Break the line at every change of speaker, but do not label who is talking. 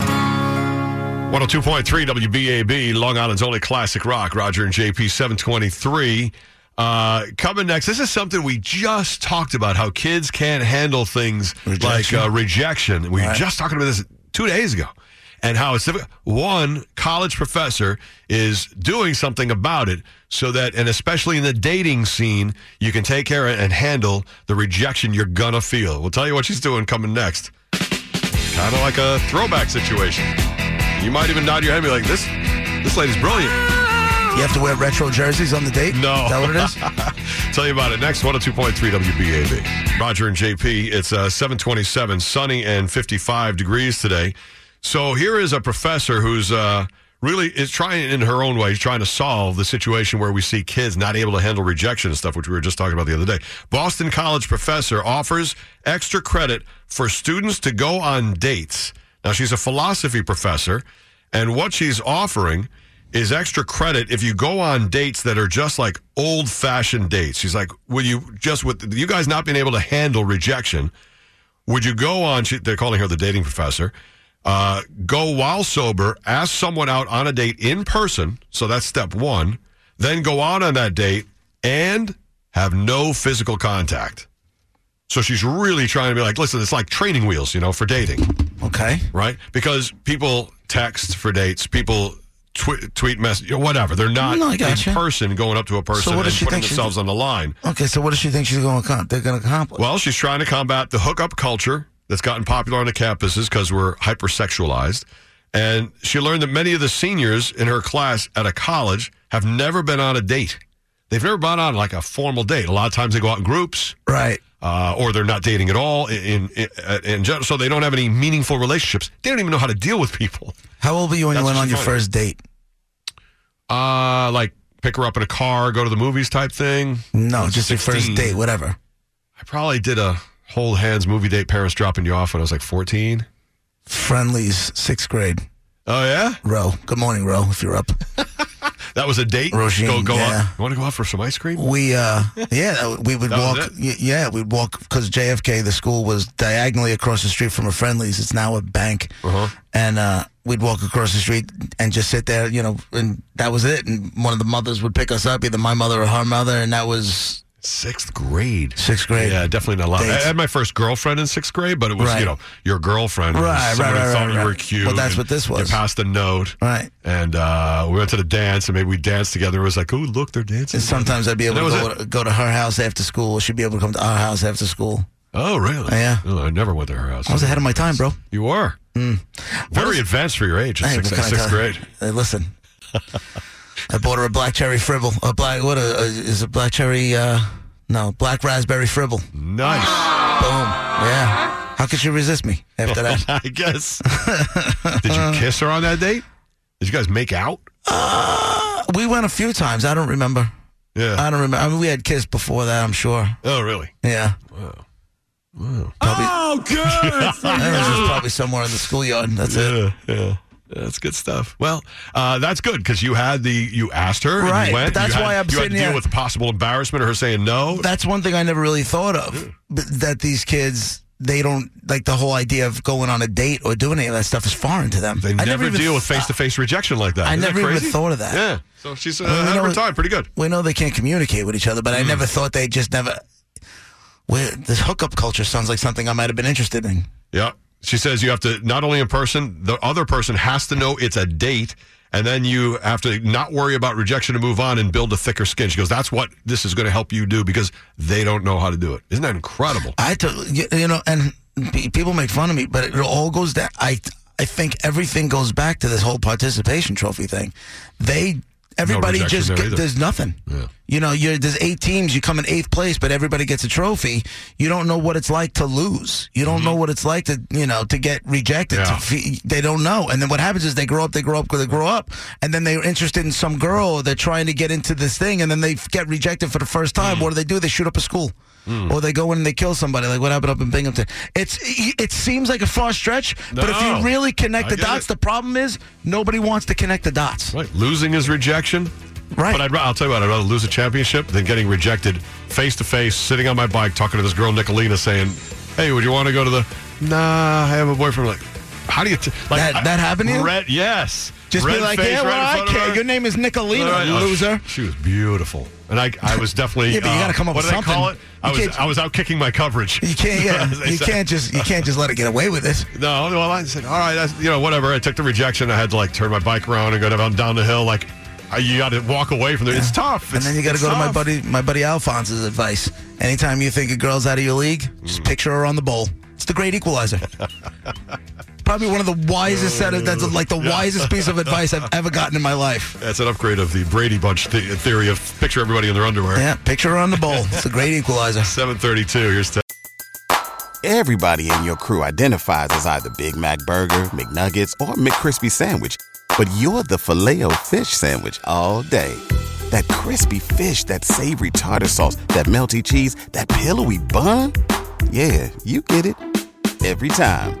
102.3 WBAB, Long Island's only classic rock. Roger and JP 723. Uh, coming next, this is something we just talked about how kids can't handle things
Rejection.
like uh, rejection. We were
Right.
just talking about this two days ago and how it's difficult. One college professor is doing something about it so that, and especially in the dating scene, you can take care and handle the rejection you're gonna feel. We'll tell you what she's doing coming next. Kind of like a throwback situation. You might even nod your head and be like, this, this lady's brilliant.
You have to wear retro jerseys on the date?
No.
Is that what it is?
Tell you about it next. 102.3 WBAB. Roger and JP. It's uh, 727, sunny and 55 degrees today. So here is a professor who's uh, really is trying in her own way, is trying to solve the situation where we see kids not able to handle rejection and stuff, which we were just talking about the other day. Boston College professor offers extra credit for students to go on dates. Now she's a philosophy professor, and what she's offering is extra credit if you go on dates that are just like old fashioned dates. She's like, will you just with you guys not being able to handle rejection? Would you go on? She, they're calling her the dating professor. Uh, go while sober, ask someone out on a date in person. So that's step one. Then go out on that date and have no physical contact. So she's really trying to be like, listen, it's like training wheels, you know, for dating
Okay.
right? Because people text for dates, people tw- tweet message, whatever. They're not
No, I
in
gotcha.
person going up to a person
what
and
does she
putting
think she-
themselves on the line.
Okay, so what does she think she's going to accomplish? They're going to accomplish.
Well, she's trying to combat the hookup culture that's gotten popular on the campuses because we're hypersexualized. And she learned that many of the seniors in her class at a college have never been on a date. They've never been on like a formal date. A lot of times they go out in groups
right.
uh, or they're not dating at all. In, in, in, general, so they don't have any meaningful relationships. They don't even know how to deal with people.
How old were you when
That's
you went
what
on
she
your
told me.
first date?
Uh, like pick her up in a car, go to the movies type thing.
No, just your first
16.
date, whatever.
I probably did a whole hands movie date, parents dropping you off when I was like 14.
Friendlies, sixth grade.
Oh, yeah?
Row. Good morning, Row, if you're up.
That was a date?
Roisin,
go go
yeah.
out. You want to go out for some ice cream?
We, uh, yeah, we would
That was
walk.
it?
y- Yeah, we'd walk because JFK, the school was diagonally across the street from a friendlies. It's now a bank.
Uh-huh.
And, uh, we'd walk across the street and just sit there, you know, and that was it. And one of the mothers would pick us up, either my mother or her mother. And that was
Sixth grade.
sixth grade.
Yeah, definitely not a lot. I
Dates.
had my first girlfriend in sixth grade, but it was,
Right.
you know, your girlfriend. It was
Right, right,
Somebody
right,
thought
right,
you were
right.
cute.
Well, that's
and
what this was.
You passed a note.
Right.
And uh, we went to the dance, and maybe we danced together. It was like, oh, look, they're dancing.
And sometimes I'd be able
That
to
was
go, to go to her house after school. or She'd be able to come to our house after school.
oh, really?
Yeah.
Oh, I never went to her house.
I was ahead of my time, bro.
You were. Very advanced for your age in
Hmm. Hey,
sixth,
what can I
sixth
tell you?
grade.
Hey, listen. I bought her a black cherry fribble. A black what? A, a, is a black cherry? Uh, no, black raspberry fribble. Boom.
Nice.
Yeah. How could she resist me after that?
I guess. Did you kiss her on that date? Did you guys make out?
we went a few times. I don't remember.
Yeah.
I don't remember. I mean, we had kissed before that. I'm sure.
oh, really?
Yeah. Probably,
Oh, good.
that was just probably somewhere in the schoolyard. That's it.
yeah, yeah. That's good stuff. Well, uh, that's good because you had the you asked her, and you
Right, but
went,
that's
you had,
why I'm
you had
sitting
to deal
here-
with the possible embarrassment or her saying no.
that's one thing I never really thought of. But that these kids, they don't like the whole idea of going on a date or doing any of that stuff is foreign to them.
They
I
never,
even
deal with
th-
face to face rejection like that.
I
Isn't that
never even
crazy?
thought of that.
Yeah. So she's uh,
Well, you
ahead of her
know-
time. Pretty good.
We know they can't communicate with each other,
Mm.
but I never thought they just never. Well, this hookup culture sounds like something I might have been interested in.
Yeah. She says you have to not only in person, the other person has to know it's a date, and then you have to not worry about rejection to move on and build a thicker skin. She goes, That's what this is going to help you do because they don't know how to do it. Isn't that incredible?
I to- you, you know, and pe- people make fun of me, but it all goes down. I I think everything goes back to this whole participation trophy thing. They Everybody
rejection
just
there
get-
either.
there's nothing.
Yeah.
You know, you're, there's eight teams. You come in eighth place, but everybody gets a trophy. You don't know what it's like to lose. You don't know what it's like to you know to get rejected.
Mm-hmm. Yeah.
To fe- they don't know. And then what happens is they grow up, they grow up, they grow up, and then they're interested in some girl. Or they're trying to get into this thing, and then they f- get rejected for the first
Mm.
time. What do they do? They shoot up a school. Or they go in and they kill somebody, like what happened up in Binghamton. It's it seems like a far stretch, but if
No.
you really
I
connect the
get
dots,
it.
the problem is nobody wants to connect the dots.
Right. Losing is rejection.
Right.
But I'd, ra- I'll tell you what, I'd rather lose a championship than getting rejected face to face, sitting on my bike, talking to this girl, Nicolina, saying, Hey, would you want to go to the. Nah, I have a boyfriend. Like, how do you. T-? Like,
That- that happened to you?
Red, yes.
Just
red
be like,
face,
yeah,
right
well,
in
I
front of
care.
her."
Your name is Nicolina,
All right. Oh,
loser.
She, she was beautiful. And I, I was definitely.
Yeah, but you
uh,
gotta come up
what
with
did I call it?
something.
I
You
was,
can't-
I was out kicking my coverage.
You can't,
As
yeah,
they
you
say.
can't just, you can't just let it get away with this.
No, well, I said, all right, that's, you know, whatever. I took the rejection. I had to like turn my bike around and go down, down the hill. Like, I, you got to walk away from there. It's tough.
And then you got to go to my buddy, my buddy Alphonse's advice. Anytime you think a girl's out of your league,
Mm.
just picture her on the bowl. It's the great equalizer. Probably one of the wisest set of that's like the wisest piece of advice I've ever gotten in my life.
That's an upgrade of the Brady Bunch the- theory of picture everybody in their underwear.
Yeah, picture her on the bowl. It's the great equalizer.
732. Here's Ted.
Everybody in your crew identifies as either Big Mac Burger, McNuggets, or McCrispy Sandwich. But you're the filet fish Sandwich all day. That crispy fish, that savory tartar sauce, that melty cheese, that pillowy bun. Yeah, you get it. Every time.